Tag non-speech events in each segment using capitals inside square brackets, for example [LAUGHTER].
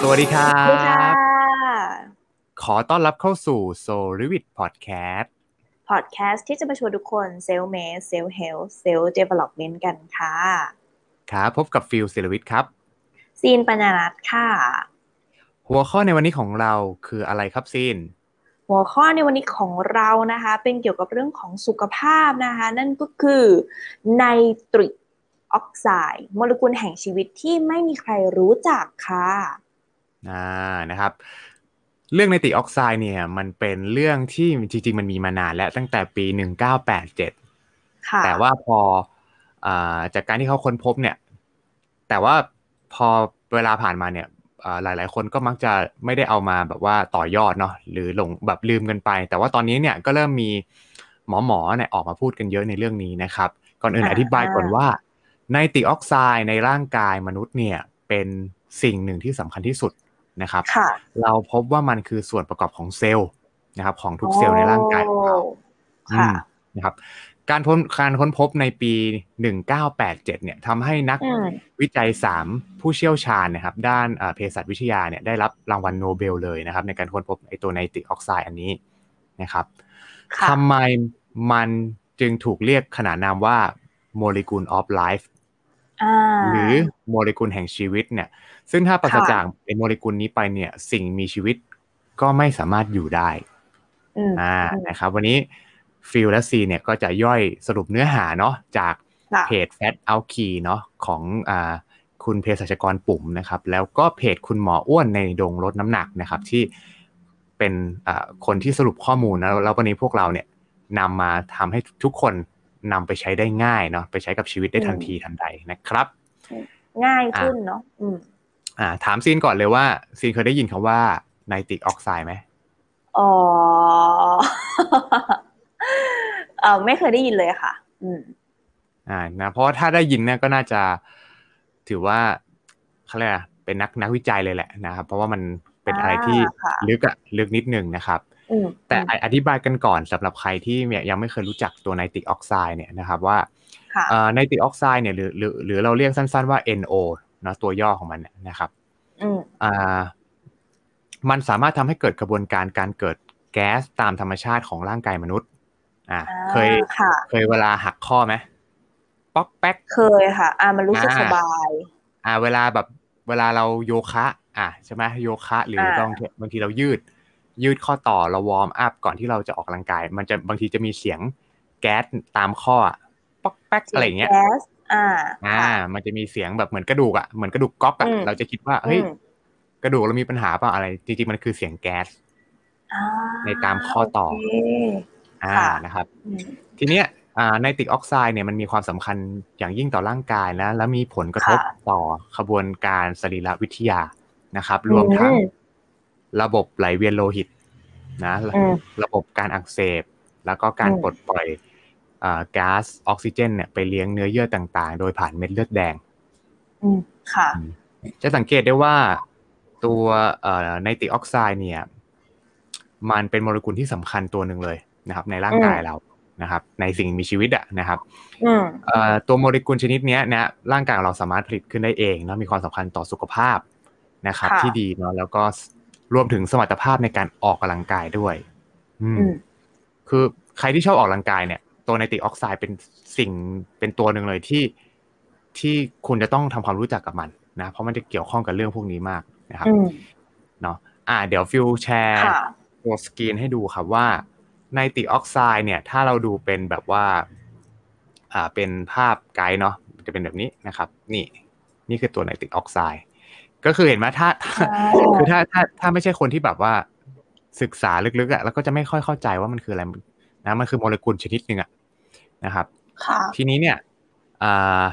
สวัสดีครั สวัสดีค่ะ บ ขอต้อนรับเข้าสู่ Soul r e v i t Podcast พอดแคสต์ที่จะมาชวนทุกคนเซล f ์เมสเซล f ์เฮลท์เซล f ์เดเวล็อปเมนต์กันค่ะ ครับพบกับฟิลศิลวิทย์ครับ ซีนปนารัตน์ค่ะ หัวข้อในวันนี้ของเราคืออะไรครับซีน หัวข้อในวันนี้ของเรานะคะ เป็นเกี่ยวกับเรื่องของสุขภาพนะคะ นั่นก็คือไนตริกออกไซด์โมเลกุลแห่งชีวิตที่ไม่มีใครรู้จักค่ะ อ่านะครับ เรื่องในติออกไซด์เนี่ย มันเป็นเรื่องที่จริง ๆ มันมีมานานแล้วตั้งแต่ปี 1987 ค่ะ แต่ว่าพออาจากการที่เขาค้นพบเนี่ย แต่ว่าพอเวลาผ่านมาเนี่ยอ่าหลาย ๆ คนก็มักจะไม่ได้เอามาแบบว่าต่อยอดเนาะหรือหลงแบบลืมกันไป แต่ว่าตอนนี้เนี่ยก็เริ่มมีหมอหมอๆเนี่ยออกมาพูดกันเยอะในเรื่องนี้นะครับ ก่อนอื่นอธิบายก่อนว่าไนตริกออกไซด์ในร่างกายมนุษย์เนี่ยเป็นสิ่งหนึ่งที่สำคัญที่สุดนะครับ ค่ะ เราพบว่ามันคือส่วนประกอบของเซลล์นะครับของทุกเซลล์ในร่างกายของเรา ค่ะ อืมนะครับการพ้นการค้นพบในปี 1987 เนี่ยทำให้นัก อืม วิจัย 3 ผู้เชี่ยวชาญนะครับด้านอ่าเภสัชวิทยาเนี่ยได้รับรางวัลโนเบลเลยนะครับในการค้นพบไอตัวไนตริกออกไซด์อันนี้นะครับ ค่ะ ทำไมมันจึงถูกเรียกขนานนามว่าโมเลกุลออฟไลฟ์ อ่า หรือโมเลกุลแห่งชีวิตเนี่ยซึ่งถ้าปราศ ค่ะ จากไอโมเลกุลนี้ไปเนี่ยสิ่งมีชีวิตก็ไม่สามารถอยู่ได้ อืม อ่า อืม นะครับ วันนี้ฟิลและซีเนี่ยก็จะย่อยสรุปเนื้อหาเนาะจาก ค่ะ เพจ Fat o u t k e y เนาะของอ่าคุณเภสัชกรปุ่มนะครับ แล้วก็เพจคุณหมออ้วนในดงลดน้ำหนักนะครับ ที่เป็นอ่าคนที่สรุปข้อมูลนะแล้ววันนี้พวกเราเนี่ยนำมาทำให้ทุกคนนำไปใช้ได้ง่ายเนาะไปใช้กับชีวิตได้ทันทีทันใดนะครับ ง่ายขึ้นเนาะอืม อ่าถามซีนก่อนเลยว่าซีนเคยได้ยินคำว่าไนติกออกไซด์ไหม อ๋อ [LAUGHS] เออไม่เคยได้ยินเลยค่ะ อืม อ่านะเพราะว่าถ้าได้ยินเนี่ยก็น่าจะถือว่าเขาเรียกอะไรอะเป็นนักนักวิจัยเลยแหละนะครับ เพราะว่ามันเป็นอะไรที่ อ่าค่ะ ลึกอะลึกนิดนึงนะครับ อืม แต่ อืม ออธิบายกันก่อนสำหรับใครที่เนี่ยยังไม่เคยรู้จักตัวไนตริกออกไซด์เนี่ยนะครับว่า ค่ะ เอ่อไนตริกออกไซด์เนี่ยหรือหรือหรือเราเรียกสั้นๆว่า NO เนอะตัวย่อของมันเนี่ยนะครับ อืม อ่ามันสามารถทำให้เกิดกระบวนการการเกิดแก๊สตามธรรมชาติของร่างกายมนุษย์ อ่า อ่า เคย ค่ะ เคยเวลาหักข้อไหมป๊อกแป๊ก เคยค่ะ อ่ามันรู้สึก อ่า สบาย อ่าเวลาแบบเวลาเราโยคะ อ่ะใช่ไหมโยคะหรืออา บางบางทีเรายืด ยืดข้อต่อเราวอร์มอัพก่อนที่เราจะออกกำลังกาย มันจะบางทีจะมีเสียงแก๊สตามข้ออะป๊อกแป๊กอะไรอย่างเงี้ย แก๊สอ่า อ่า ค่ะ มันจะมีเสียงแบบเหมือนกระดูกอ่ะเหมือนกระดูกก๊อกอ่ะ อืม เราจะคิดว่าเฮ้ย อืม กระดูกเรามีปัญหาเปล่าอะไร จริงๆมันคือเสียงแก๊ส อ่า ในตามข้อต่อ โเค อ่า ค่ะ นะครับ อืม ทีเนี้ยอ่าไนตริกออกไซด์เนี่ยมันมีความสำคัญอย่างยิ่งต่อร่างกายนะและมีผลกระทบ ค่ะ ต่อขบวนการสรีรวิทยานะครับ รวมทั้ง อืม ระบบไหลเวียนโลหิตนะ อืม ระบบการอักเสบ แล้วก็การ อืม ปลดปล่อยอ่าก๊าซออกซิเจนเนี่ยไปเลี้ยงเนื้อเยื่อต่างๆ โดยผ่านเม็ดเลือดแดง อืม ค่ะ จะสังเกตได้ว่าตัวไนตริกออกไซด์เนี่ย มันเป็นโมเลกุลที่สำคัญตัวหนึ่งเลยนะครับ ในร่างกายเรานะครับ ในสิ่งมีชีวิตอะนะครับ อืม เอ่อตัวโมเลกุลชนิดเนี้ยนะร่างกายของเราสามารถผลิตขึ้นได้เองเนอะมีความสำคัญต่อสุขภาพนะครับ ค่ะ ที่ดีเนาะแล้วก็รวมถึงสมรรถภาพในการออกกำลังกายด้วย อืม อืม คือใครที่ชอบออกกำลังกายเนี่ย ตัวไนตริกออกไซด์เป็นสิ่งเป็นตัวหนึ่งเลยที่ที่คุณจะต้องทำความรู้จักกับมันนะเพราะมันจะเกี่ยวข้องกับเรื่องพวกนี้มากนะครับ อืม เนาะอ่า เดี๋ยวฟิวแชร์ ค่ะ ตัวสกรีนให้ดูครับว่าไนตริกออกไซด์เนี่ย ถ้าเราดูเป็นแบบว่า อ่าเป็นภาพไกด์เนาะจะเป็นแบบนี้นะครับ นี่ นี่คือตัวไนตริกออกไซด์ก็คือเห็นไหมถ้าถ้า อ่า คือถ้าถ้าถ้าไม่ใช่คนที่แบบว่าศึกษาลึกๆอะ่ะแล้วก็จะไม่ค่อยเข้าใจว่ามันคืออะไรนะมันคือโมเลกุลชนิดหนึ่งอะ่ะนะครับ ค่ะ ทีนี้เนี่ยอ่า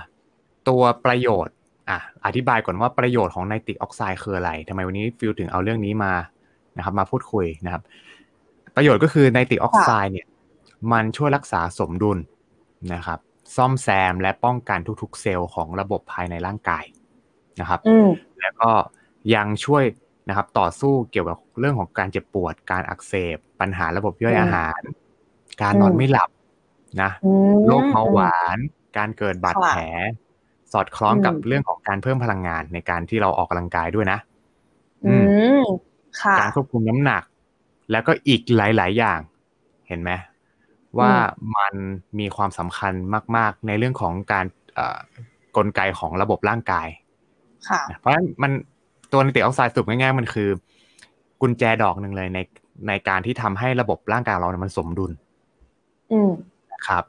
ตัวประโยชน์อ่ะอธิบายก่อนว่าประโยชน์ของไนตริกออกไซด์คืออะไรทำไมวันนี้ฟิลถึงเอาเรื่องนี้มานะครับมาพูดคุยนะครับ ประโยชน์ก็คือไนตริกออกไซด์เนี่ย มันช่วยรักษาสมดุลนะครับ ซ่อมแซมและป้องกันทุกๆ เซลล์ของระบบภายในร่างกายนะครับ อืม แล้วก็ยังช่วยนะครับต่อสู้เกี่ยวกับเรื่องของการเจ็บปวด การอักเสบ ปัญหาระบบย่อย อืม อาหาร การนอน อืม ไม่หลับนะ อืม โรคเบาหวาน การเกิดบาด ค่ะ แผล สอดคล้องกับ อืม เรื่องของการเพิ่มพลังงานในการที่เราออกกำลังกายด้วยนะ อืม ค่ะ การควบคุมน้ำหนัก แล้วก็อีกหลาย ๆ อย่าง เห็นไหมว่ามันมีความสำคัญมาก ๆ ในเรื่องของการเอ่อกลไกของระบบร่างกาย ค่ะ นะเพราะฉะนั้นมันตัวไนเตออกไซด์สรุปง่าย ๆ มันคือ กุญแจดอกหนึ่งเลยในในการที่ทำให้ระบบร่างกายเราเนี่ยมันสมดุล อืม ครับ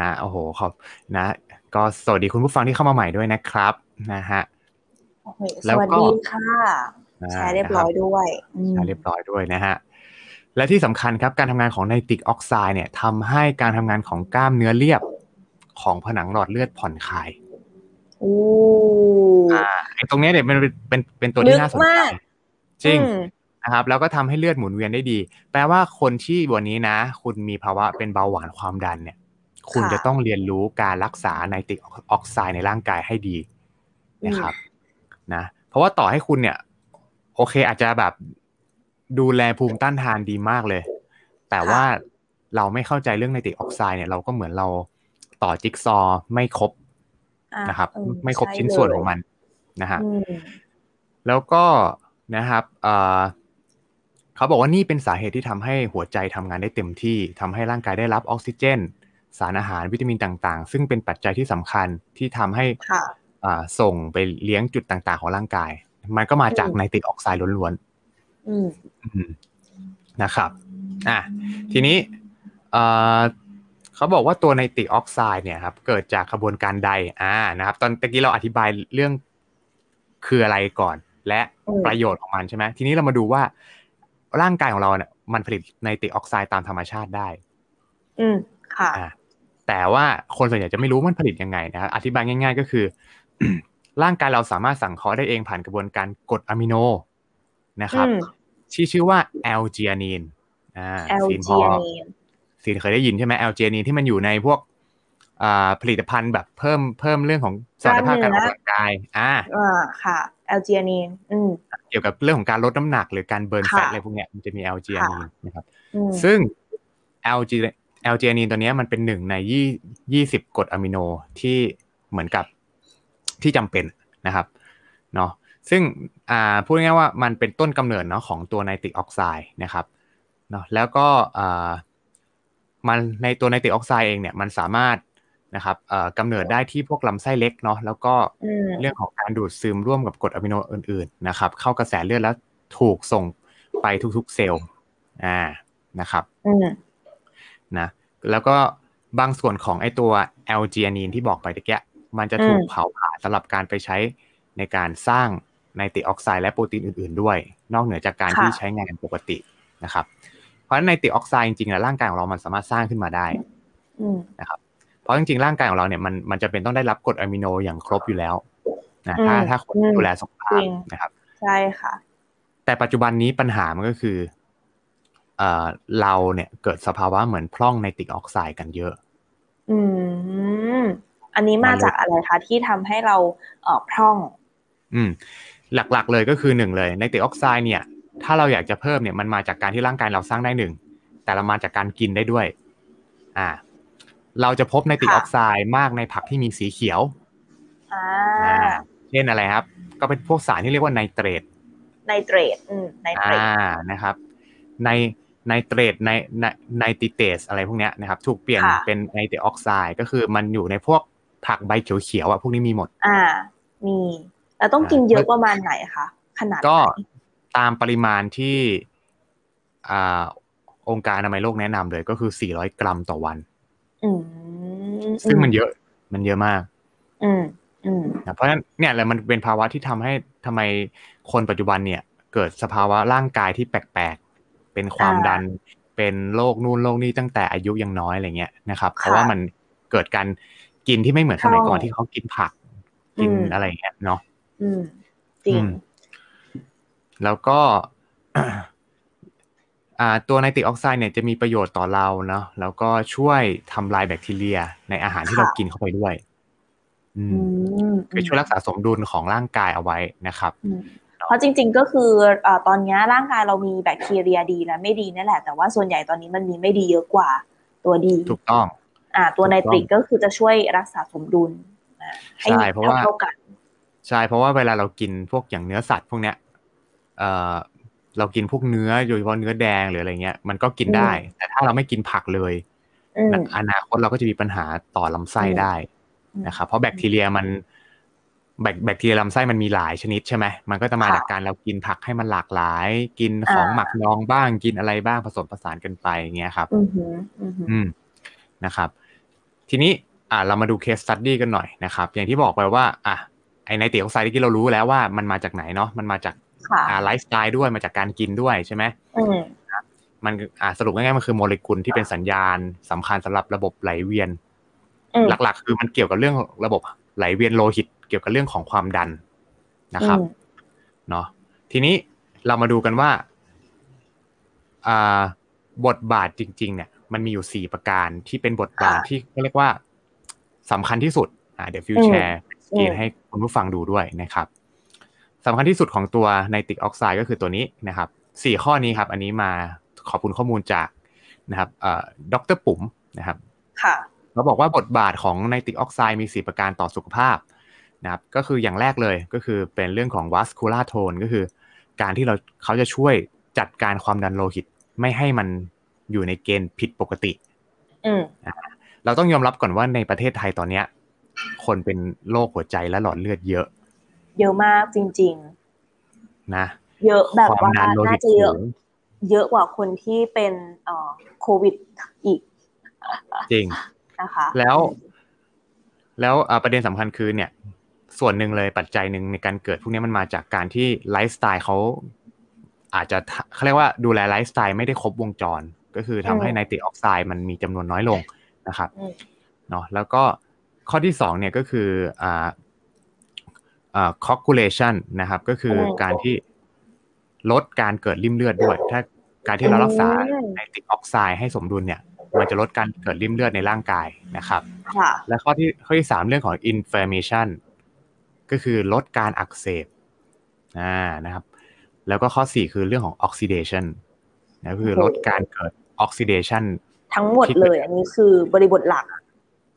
นะโอ้โหขอบนะ ก็สวัสดีคุณผู้ฟังที่เข้ามาใหม่ด้วยนะครับนะฮะ โอเคส แล้วก็ วัสดีค่ะ แชร์เรียบร้อยด้วยอืม ใช้เรียบร้อยด้วยนะฮะ และที่สำคัญครับการทำงานของไนติกออกไซด์เนี่ยทำให้การทำงานของกล้ามเนื้อเรียบของผนังหลอดเลือดผ่อนคลาย โอ้ ไอ้ตรงเนี้ยเนี่ยมันเป็นเป็นเป็นตัว ลึ ที่ ก น่าสน มาก ใจจริง อืม นะครับแล้วก็ทำให้เลือดหมุนเวียนได้ดี แปลว่าคนที่วันนี้นะ คุณมีภาวะเป็นเบาหวานความดันเนี่ย คุณจะต้องเรียนรู้การรักษาไนติกออกไซด์ในร่างกายให้ดีนะครับนะเพราะว่าต่อให้คุณเนี่ย โอเคอาจจะแบบดูแลภูมิต้านทานดีมากเลย แต่ว่าเราไม่เข้าใจเรื่องไนติกออกไซด์เนี่ยเราก็เหมือนเราต่อจิ๊กซอว์ไม่ครบ อ่ นะครับ เออ ไม่ครบ ใ ชิ้นส่วนของมันนะฮะ อืม แล้วก็นะครับเอ่อเขาบอกว่านี่เป็นสาเหตุที่ทำให้หัวใจทำงานได้เต็มที่ทำให้ร่างกายได้รับออกซิเจน สารอาหารวิตามินต่างๆ ซึ่งเป็นปัจจัยที่สำคัญที่ทำให้ ค่ะ อ่าส่งไปเลี้ยงจุดต่างๆ ของร่างกาย มันก็มาจาก อืม ไนตริกออกไซด์ล้วน อืม ๆอืมนะครับอ่ะทีนี้เอ่อเขาบอกว่าตัวไนตริกออกไซด์เนี่ยครับเกิดจากกระบวนการใดอ่านะครับ ตอนตะกี้เราอธิบายเรื่องคืออะไรก่อน และ อืม ประโยชน์ของมันใช่ไหมทีนี้เรามาดูว่าร่างกายของเราเนี่ยมันผลิตไนตริกออกไซด์ตามธรรมชาติได้ อืมค่ะ อ่าแต่ว่าคนส่วนใหญ่จะไม่รู้มันผลิตยังไงนะครับอธิบายง่าย ๆ ก็คือ [CLEARS THROAT] ร่างกายเราสามารถสั่งเคราะห์ได้เองผ่านกระบวนการกรดอะมิโนนะครับ อืม ที่ชื่อว่าแอลจีอานีนอ่า แอล ซีนพ จี อ นีน ซีนเคยได้ยินใช่ไหมแอลจีอานีนที่มันอยู่ในพวกอ่าผลิตภัณฑ์แบบเพิ่มเพิ่มเรื่องของสมรรถภาพการออกกำลังกายอ่า อ่าค่ะแอลจีนีนอืม เกี่ยวกับเรื่องของการลดน้ำหนักหรือการเบิร์นแฟต ค่ะ อะไรพวกเนี้ยมันจะมี l g จี ค่ะ นีนนะครับ อืม ซึ่ง l g l g จีนีนตัวเนี้ยมันเป็นหนึ่งในยี่ยี่สิบกรดอะมิโนที่เหมือนกับที่จำเป็นนะครับเนาะซึ่งอ่าพูดง่ายๆว่ามันเป็นต้นกำเนิดเนาะของตัวไนตริกออกไซด์นะครับเนาะแล้วก็อ่ามันในตัวไนตริกออกไซด์เองเนี่ยมันสามารถนะครับเอ่อกำเนิดได้ที่พวกลำไส้เล็กเนาะแล้วก็ อืม เรื่องของการดูดซึมร่วมกับกรดอะมิโนอื่นๆนะครับ เข้ากระแสเลือดแล้วถูกส่งไปทุกๆเซลล์อ่านะครับ อืม นะแล้วก็บางส่วนของไอตัวแอลจีนีนที่บอกไปตะเกียมันจะถูกเผาผลาญสำหรับการไปใช้ในการสร้างไนตริกออกไซด์และโปรตีนอื่นๆด้วย นอกเหนือจากการที่ใช้งานปกตินะครับเพราะฉะนั้นไนตริกออกไซด์จริงๆแล้วร่างกายของเรามันสามารถสร้างขึ้นมาได้ อืม เพราะจริงๆ ร่างกายของเราเนี่ยมันมันจะเป็นต้องได้รับกรดอะมิโนอย่างครบอยู่แล้วนะถ้า อืม ถ้าคน อืม ดูแลสุขภา จริ พ ง นะครับ ใช่ค่ะ แต่ปัจจุบันนี้ปัญหามันก็คือเอ่อเราเนี่ยเกิดสภาวะเหมือนพร่องในติกออกไซด์กันเยอะ อืม อันนี้มาจากอะไรคะที่ทำให้เราเอ่อพร่อง อืมหลักๆเลยก็คือหนึ่งเลยในติกออกไซด์เนี่ย ถ้าเราอยากจะเพิ่มเนี่ยมันมาจากการที่ร่างกายเราสร้างได้หนึ่งแต่เรามาจากการกินได้ด้วย อ่า เราจะพบในติกออกไซด์มากในผักที่มีสีเขียว อ่า อ่าเช่นอะไรครับ ก็เป็นพวกสารที่เรียกว่าไนเตรต ไนเตรตอืมไนเตร อ่า ต นะครับในในเตรดในในในติเตสอะไรพวกเนี้ยนะครับ ถูกเปลี่ยนเป็นไนเตรออกไซด์ก็คือมันอยู่ในพวกผักใบเขียวๆอ่ะพวกนี้มีหมด อ่า มีเราต้องกินเยอะประมาณไหนคะขนาดไหน ก็ตามปริมาณที่อ่าองค์การอนามัยโลกแนะนำเลยก็คือ 400 กรัมต่อวัน อืม ซึ่งมันเยอะมันเยอะมาก อืม อืม นะเพราะฉะนั้นเนี่ยแหละมันเป็นภาวะที่ทำให้ทำไมคนปัจจุบันเนี่ย เกิดสภาวะร่างกายที่แปลกๆ เป็นความ อ่า ดันเป็นโรคนู่นโรคนี่ตั้งแต่อายุยังน้อยอะไรเงี้ยนะครับ เพราะว่ามันเกิดการกินที่ไม่เหมือนสมัยก่อนที่เขากินผักกิน อืม อะไรเงี้ยเนาะ อืม จริง อืม แล้วก็ [COUGHS] อ่าตัวไนตริกออกไซด์เนี่ยจะมีประโยชน์ต่อเราเนาะแล้วก็ช่วยทำลายแบคทีเรียในอาหารที่ ค่ะ เรากินเข้าไปด้วย อืม อืม คือช่วยรักษาสมดุลของร่างกายเอาไว้นะครับ อืมเพราะจริง ๆ ก็คือเอ่อตอนเนี้ยร่างกายเรามีแบคทีเรียดีและไม่ดีนั่นแหละ แต่ว่าส่วนใหญ่ตอนนี้มันมีไม่ดีเยอะกว่า ตัวดี ถูกต้อง อ่า ตัวไนตริกก็คือจะช่วยรักษาสมดุลอ่าให้ ใช่เพราะว่า เท่าๆกัน ใช่เพราะว่าเวลาเรากินพวกอย่างเนื้อสัตว์พวกเนี้ยเ เอ่อเรากินพวกเนื้อโดยเฉพาะเนื้อแดงหรืออะไรเงี้ยมันก็กินได้ แต่ถ้าเราไม่กินผักเลย อืม อนาคตเราก็จะมีปัญหาต่อลำไส้ได้ อืม นะครับเพราะแบคทีเรียมันแบคแบคทีเรียลำไส้มันมีหลายชนิดใช่ไหมมันก็จะมา ค่ะ จากการเรากินผักให้มันหลากหลาย กินของ อ่า หมักดองบ้างกินอะไรบ้างผสมผสานกันไปอย่างเงี้ยครับ อืมหืมอืมหืม อืมนะครับ ทีนี้อ่าเรามาดูเคสสตัดดี้กันหน่อยนะครับ อย่างที่บอกไปว่าอ่ะไอในเตี๋ยวไซที่เรารู้แล้วว่ามันมาจากไหนเนาะมันมาจาก ค่ะ อ่าไลฟ์สไตล์ด้วยมาจากการกินด้วยใช่ไหม อืม มันอ่าสรุปง่ายๆมันคือโมเลกุลที่เป็นสัญญาณสำคัญสำหรับระบบไหลเวียน อืม หลักๆ คือมันเกี่ยวกับเรื่องระบบไหลเวียนโลหิต เกี่ยวกับเรื่องของความดันนะครับ อืม เนาะทีนี้เรามาดูกันว่าอ่าบทบาทจริง ๆ เนี่ย มันมีอยู่สี่ประการที่เป็นบทบาทที่เรียกว่าสำคัญที่สุดอ่าเดี๋ยวฟิวแชร์สกรีน อืม ให้คุณผู้ฟังดูด้วยนะครับสำคัญที่สุดของตัวไนติกออกไซด์ก็คือตัวนี้นะครับ สี่ข้อนี้ครับ อันนี้มาขอบคุณข้อมูลจากนะครับดรปุ๋มนะครับ ค่ะ เขาบอกว่าบทบาทของไนติกออกไซด์มี 4 ประการต่อสุขภาพนะครับก็คืออย่างแรกเลยก็คือเป็นเรื่องของวัสคูลาโทนก็คือ การที่เราเขาจะช่วยจัดการความดันโลหิต ไม่ให้มันอยู่ในเกณฑ์ผิดปกติ อืม เราต้องยอมรับก่อนว่าในประเทศไทยตอนเนี้ยคนเป็นโรคหัวใจและหลอดเลือดเยอะ เยอะมากจริง นะ ๆ เยอะแบบ ความ ว่า ดันโลหิ น่า ต จะเย สู อะ ง เยอะกว่าคนที่เป็นเอ่อโควิดอีก จริง นะคะ แล้ว แล้วเอ่อประเด็นสำคัญคือเนี่ย ส่วนหนึ่งเลยปัจจัยหนึ่งในการเกิดพวกนี้มันมาจากการที่ไลฟ์สไตล์เขาอาจจะทะเขาเรียกว่าดูแลไลฟ์สไตล์ไม่ได้ครบวงจร ก็คือทำให้ไนตริกออกไซด์มันมีจำนวนน้อยลงนะครับ อืม เนาะแล้วก็ข้อที่สองเนี่ยก็คืออ่าอ่า coagulation นะครับ ก็คือการที่ลดการเกิดริ่มเลือดด้วย ถ้าการที่เรารักษาไนตริกออกไซด์ให้สมดุลเนี่ย มันจะลดการเกิดริ่มเลือดในร่างกายนะครับ ค่ะ และข้อที่ข้อที่สามเรื่องของ inflammation ก็คือลดการอักเสบอ่านะครับ แล้วก็ข้อสี่คือเรื่องของ oxidation นะก็คือ โอ้โห ลดการเกิด oxidation ทั้งหมดเลย อันนี้คือบริบทหลัก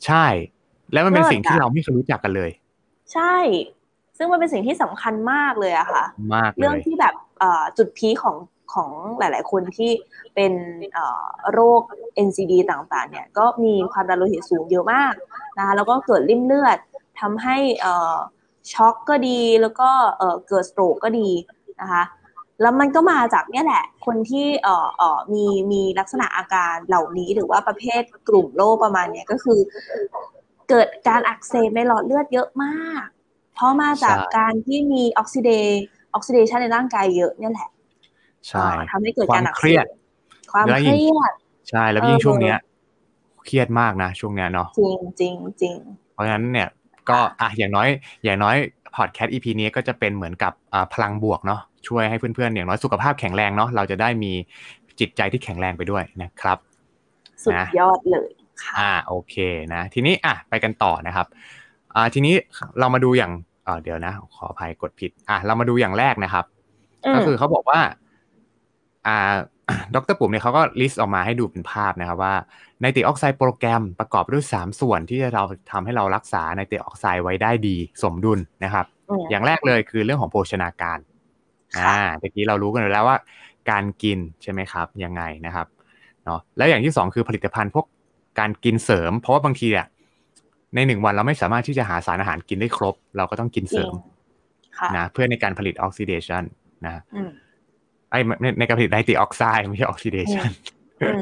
ใช่ แล้วมันเป็น เลิศ สิ่งที่ อะ เราไม่เคยรู้จักกันเลย ใช่ ซึ่งมันเป็นสิ่งที่สำคัญมากเลยอะค่ะ มากเล เรื่อง ย ที่แบบเอ่อจุดพีคของของหลาย ๆ คนที่เป็นเอ่อโรค NCD ต่าง ๆ เนี่ยก็มีความดันโลหิตสูงเยอะมากนะคะแล้วก็เกิดริ่มเลือดทำให้เอ่อช็อกก็ดีแล้วก็เอ่อเกิดสโตรกก็ดีนะคะแล้วมันก็มาจากเนี่ยแหละ คนที่เอ่อเอ่อมีมีลักษณะอาการเหล่านี้หรือว่าประเภทกลุ่มโรคประมาณเนี้ยก็คือ เกิดการอักเสบในหลอดเลือดเยอะมาก เพราะมาจาก ใช่ การที่มีออกซิเด ออกซิเดชันในร่างกายเยอะเนี่ยแหละ ใช่ อ่าทำให้เกิด ความ การอัก เค เส รีย บ ด ความ และ เค ยิ่ง รียด ใช่แล้ว เออ ยิ่งช่วงเนี้ย เครียดมากนะ ช่วงเนี้ยเนาะ จริงจริงจริง เพราะฉะนั้นเนี่ยก็อ่ะอย่างน้อย อย่างน้อยพอดแคสต์ EP นี้ก็จะเป็นเหมือนกับอ่าพลังบวกเนาะช่วยให้เพื่อนๆอย่างน้อยสุขภาพแข็งแรงเนาะเราจะได้มีจิตใจที่แข็งแรงไปด้วยนะครับ สุด นะ ยอดเลยค่ะ อ่าโอเคนะ ทีนี้อ่ะไปกันต่อนะครับอ่าทีนี้เรามาดูอย่างเอ่อเดี๋ยวนะ ขออภัยกดผิดอ่ะเรามาดูอย่างแรกนะครับ อืม ก็คือเขาบอกว่าอ่า [COUGHS] ดรปุ๋มเนี่ยเขาก็ลิสต์ออกมาให้ดูเป็นภาพนะครับว่าไนตริกออกไซด์โปรแกรมประกอบด้วย 3 ส่วนที่จะเราทำให้เรารักษาไนตริกออกไซด์ไว้ได้ดีสมดุลนะครับ อืม อย่างแรกเลยคือเรื่องของโภชนาการ ค่ะ อ่าเมื่อกี้เรารู้กันไปแล้วว่า การกินใช่ไหมครับ ยังไงนะครับ เนาะ แล้วอย่างที่สองคือผลิตภัณฑ์พวกการกินเสริม เพราะว่าบางทีเนี่ยในหนึ่งวันเราไม่สามารถที่จะหาสารอาหารกินได้ครบ เราก็ต้องกิน จ เส ริ ริ ง ม ค่ะ นะ เพื่อในการผลิตออกซิเดชันนะ อืม ไอ้ยไม่ในการผลิตไนตริกออกไซด์ไม่ใช่ออกซิเดชัน อืม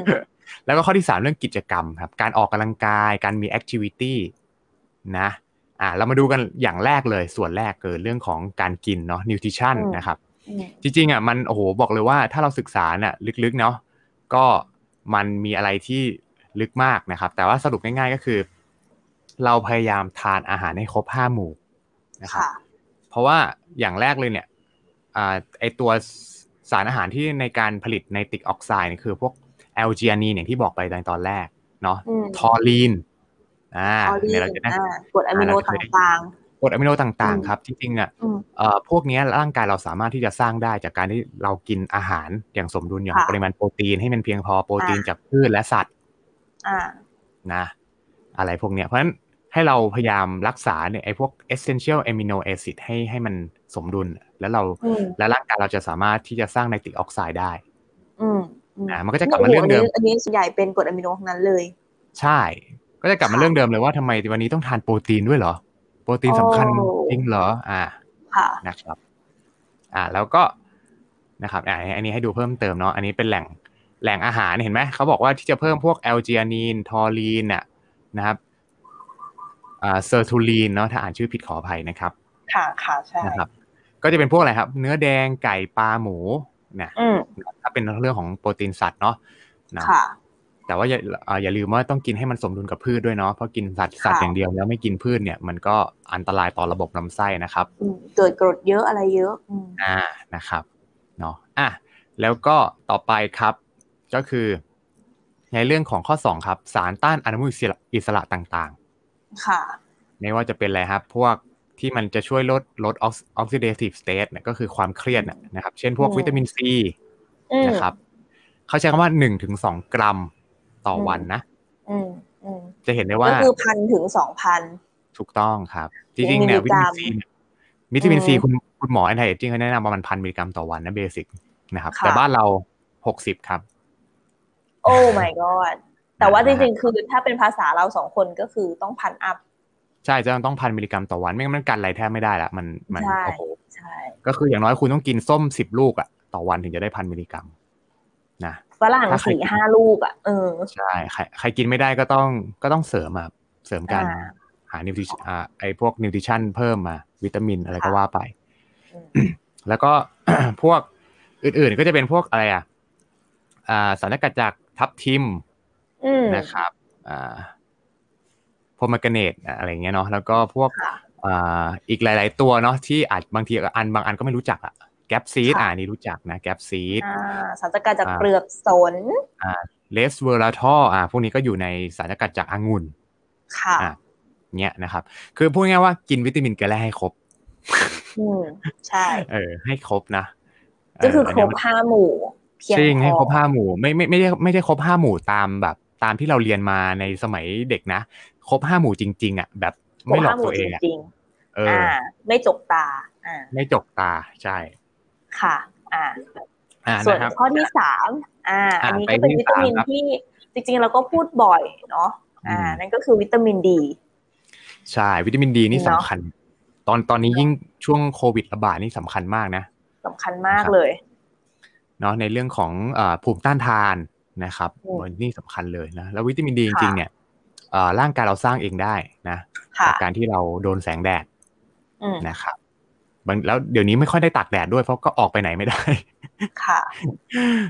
แล้วก็ข้อที่ 3 เรื่องกิจกรรมครับ การออกกำลังกายการมีแอคทิวิตี้นะอ่าเรามาดูกันอย่างแรกเลย ส่วนแรกคือเรื่องของการกินเนาะนิวทริชั่น อืม นะครับ อืม จริงๆอ่ะมันโอ้โหบอกเลยว่าถ้าเราศึกษาน่ะลึกๆเนาะก็มันมีอะไรที่ลึกมากนะครับ แต่ว่าสรุปง่าย ๆก็คือ เราพยายามทานอาหารให้ครบห้าหมู่นะครับ ค่ะ เพราะว่าอย่างแรกเลยเนี่ยอาไอตัวสารอาหารที่ในการผลิตในติกออกไซด์เนี่ยคือพวกแอลจีอานีอย่างที่บอกไปในตอนแรกเนาะ อืม ทอรีนอ่า ออรี เดี๋ยวน เราจะได้ อ่ากรดอะมิโน อ่าเราจะ ต ได้ ่าง กรดอะมิโนต่างๆครับ จริงๆอ่ะ ๆ อืม เอ่อพวกเนี้ยร่างกายเราสามารถที่จะสร้างได้จากการที่เรากินอาหารอย่างสมดุลอย่าง ค่ะ ปริมาณโปรตีนให้มันเพียงพอโปรตีน อ่า จากพืชและสัตว์ อ่า นะอะไรพวกเนี้ยเพราะฉะนั้นให้เราพยายามรักษาเนี่ยไอ้พวก essential amino acid ให้ให้มัน สมดุล แล้วเรา อืม และร่างกายเราจะสามารถที่จะสร้างไนตริกออกไซด์ได้ อืมอืม อ่ามันก็จะกลับมาเรื่องเดิม โโหอันนี้อันนี้ส่วนใหญ่เป็นกรดอะมิโนทั้งนั้นเลย ใช่ ก็จะกลับมา ค่ะ เรื่องเดิมเลยว่าทำไมวันนี้ต้องทานโปรตีนด้วยเหรอ โปรตีนสำคัญ โอ้ จริงเหรอ อ่า ค่ะ นะครับ อ่า แล้วก็ นะครับ อ่าอันนี้ให้ดูเพิ่มเติมเนาะ อันนี้เป็นแหล่ง แหล่งอาหารเห็นไหม เขาบอกว่าที่จะเพิ่มพวกแอลจีอานีน ทอรีนน่ะนะครับ อ่า เซอร์ทูลีนเนาะ ถ้าอ่านชื่อผิดขออภัยนะครับ ค่ะค่ะใช่ นะครับ ก็จะเป็นพวกอะไรครับ เนื้อแดง ไก่ ปลา หมูนะ อืม ถ้าเป็นเรื่องของโปรตีนสัตว์เนาะนะ ค่ะ แต่ว่าอย่าเอ่ออย่าลืมว่าต้องกินให้มันสมดุลกับพืชด้วยเนาะเพราะกินสัตว์สัตว์ ค่ะ อย่างเดียวแล้วไม่กินพืชเนี่ยมันก็อันตรายต่อระบบลำไส้นะครับ อืมเกิดกรดเยอะอะไรเยอะอืม อ่านะครับเนาะอ่ะแล้วก็ต่อไปครับก็คือ ในเรื่องของข้อ 2 ครับ สารต้านอนุมูลอิสระอิสระต่าง ค่ะ ๆ ไม่ว่าจะเป็นอะไรครับ พวกที่มันจะช่วยลดลดออกซิเดทีฟสเตทเนี่ยก็คือความเครียดน่ะนะครับ เช่นพวก อืม วิตามินซี อืม นะครับเขาใช้คำว่า 1-2 กรัมต่อวันนะ อืมอืม จะเห็นได้ว่า ก็คือพันถึงสองพัน ถูกต้องครับ จ เป็ ริ น งๆเนี่ย มิ วิ ลลิ ตาก รั มิน ม ซีเนี่ยวิตามินซี อืม คุณคุณหมอแอนไทเอจิ้งเขาแนะนำประมาณพันมิลลิกรัมต่อวันนะเบสิกนะครับ ค่ะ แต่บ้านเราหกสิบครับ โอ้ my god แต่ว่าจ อ่า ริงๆ คือถ้าเป็นภาษาเราสองคนก็คือต้องพันอัพ ใช่จะต้องพันมิลลิกรัมต่อวัน ไม่งั้นมันกันอะไรแทบไม่ได้ละมันมัน ใช่ โอ้โห ใช่ ก็คืออย่างน้อยคุณต้องกินส้มสิบลูกอะต่อวันถึงจะได้พันมิลลิกรัมนะ ฝรั่ง ถ้าใคร สี่ห้าลูกอ่ะ เออ ใช่ใครใครกินไม่ได้ก็ต้องก็ต้องเสริมอะเสริมการ อ่า หานิวทริอ่าไอพวกนิวทริชั่นเพิ่มมาวิตามินอะไรก็ว่าไป อืม แล้วก็ [COUGHS] พวกอื่นๆก็จะเป็นพวกอะไรอ่ะอ่าสารสกัดจากทับทิม อืม นะครับอ่าโพมกเนตอะไรอย่างเงี้ยเนาะแล้วก็พวก ค่ะ อ่าอีกหลาย ๆ ตัวเนาะที่อาจบางทีอันบางอันก็ไม่รู้จักอะแกปซีด ค่ะ อ่านี่รู้จักนะแกปซีด อ่าสารสกัดจาก อ่า เปลือกสน เลสเวอราทออ่าพวกนี้ก็อยู่ในสารสกัดจากองุ่น ค่ะ อ่าเนี่ยนะครับ คือพูดง่ายๆว่ากินวิตามินเกลือแร่ให้ครบ อืมใช่ เออ ให้ครบนะเ ก็คือนครบ เนี้ย ห้าหมู่ เพียง จริง พ ให้ อ ครบห้าหมู่ไม่ไม่ไม่ได้ไม่ได้ครบห้าหมู่ตามแบบตามที่เราเรียนมาในสมัยเด็กนะ ครบห้าหมู่จริง ๆ อ่ะ แบบไม่หลอกตัวเอง ครอ่ะบาหมู่จริง เออๆอ่า อ ไม่จกตา อ่า ไม่จกตาใช่ ค่ะ อ่า อ่า ส่วน นะครับ ข้อที่สามอ่า อ่า อันนี้ก็เป็น ไปที่ วิตามิน สามครับ ที่จริงๆ เราก็พูดบ่อยเนาะ อ่า อืม นั่นก็คือวิตามินดี ใช่วิตามินดีนี่ เน สำ อะ คัญ ตอนตอนนี้ยิ่งช่วงโควิดระบาดนี่สำคัญมากนะ สำคัญมาก ครับ เลย เนาะในเรื่องของเออภูมิต้านทานนะครับ อืม วันนี่สำคัญเลยนะแล้ววิตามินดีจ ค่ะ ริงๆเนี่ยเอ่อร่างกายเราสร้างเองได้นะ ค่ะ จากการที่เราโดนแสงแดด อืม นะครับบางแล้วเดี๋ยวนี้ไม่ค่อยได้ตากแดดด้วยเพราะก็ออกไปไหนไม่ได้ [LAUGHS] ค่ะ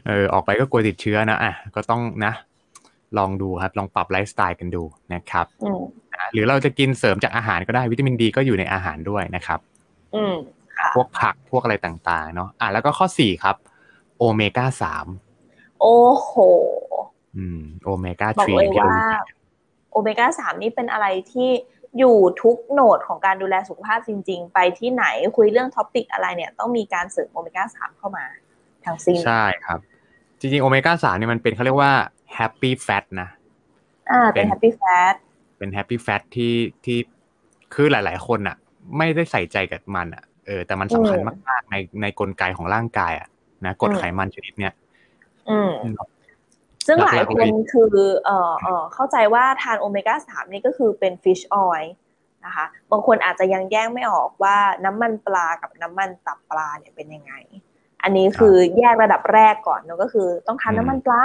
เออออกไปก็กลัวติดเชื้อนะอ่ะก็ต้องนะ ลองดูครับ ลองปรับไลฟ์สไตล์กันดูนะครับ อืม อ่ะหรือเราจะกินเสริมจากอาหารก็ได้วิตามินดีก็อยู่ในอาหารด้วยนะครับ อืม ค่ะ พวกผักพวกอะไรต่างๆเนาะอ่ะแล้วก็ข้อ 4 ครับโอเมก้าสาม โอ้โห อืมโอเมก้า บอก ทรี เลย ที่เรา ว่า รู้จัก โอเมก้าสามนี่เป็นอะไรที่อยู่ทุกโหนดของการดูแลสุขภาพจริง ๆ ไปที่ไหนคุยเรื่องท็อปิกอะไรเนี่ย ต้องมีการเสริมโอเมก้าสามเข้ามาทางซีน ใช่ครับ จริงๆโอเมก้าสามเนี่ยมันเป็นเขาเรียกว่าแฮปปี้แฟตนะ อ่าเป็เป็นน แฮปปี้แฟต เป็นแฮปปี้แฟตที่ที่คือหลาย ๆ คนอะไม่ได้ใส่ใจกับมันอะเออแต่มันสำคัญ อืม มากๆในในกลไกของร่างกายอะนะกรด อืม ไขมันชนิดเนี้ย อืม อืม ซึ่งหลาย หลักๆ ค เลย นคือเอ่อเอ่อเข้าใจว่าทานโอเมก้าสามนี่ก็คือเป็นฟิชออยนะคะ บางคนอาจจะยังแยกไม่ออกว่าน้ำมันปลากับน้ำมันตับปลาเนี่ยเป็นยังไง อันนี้คือแยกระดับแรกก่อนเนอะก็คือต้องทาน อืม น้ำมันปลา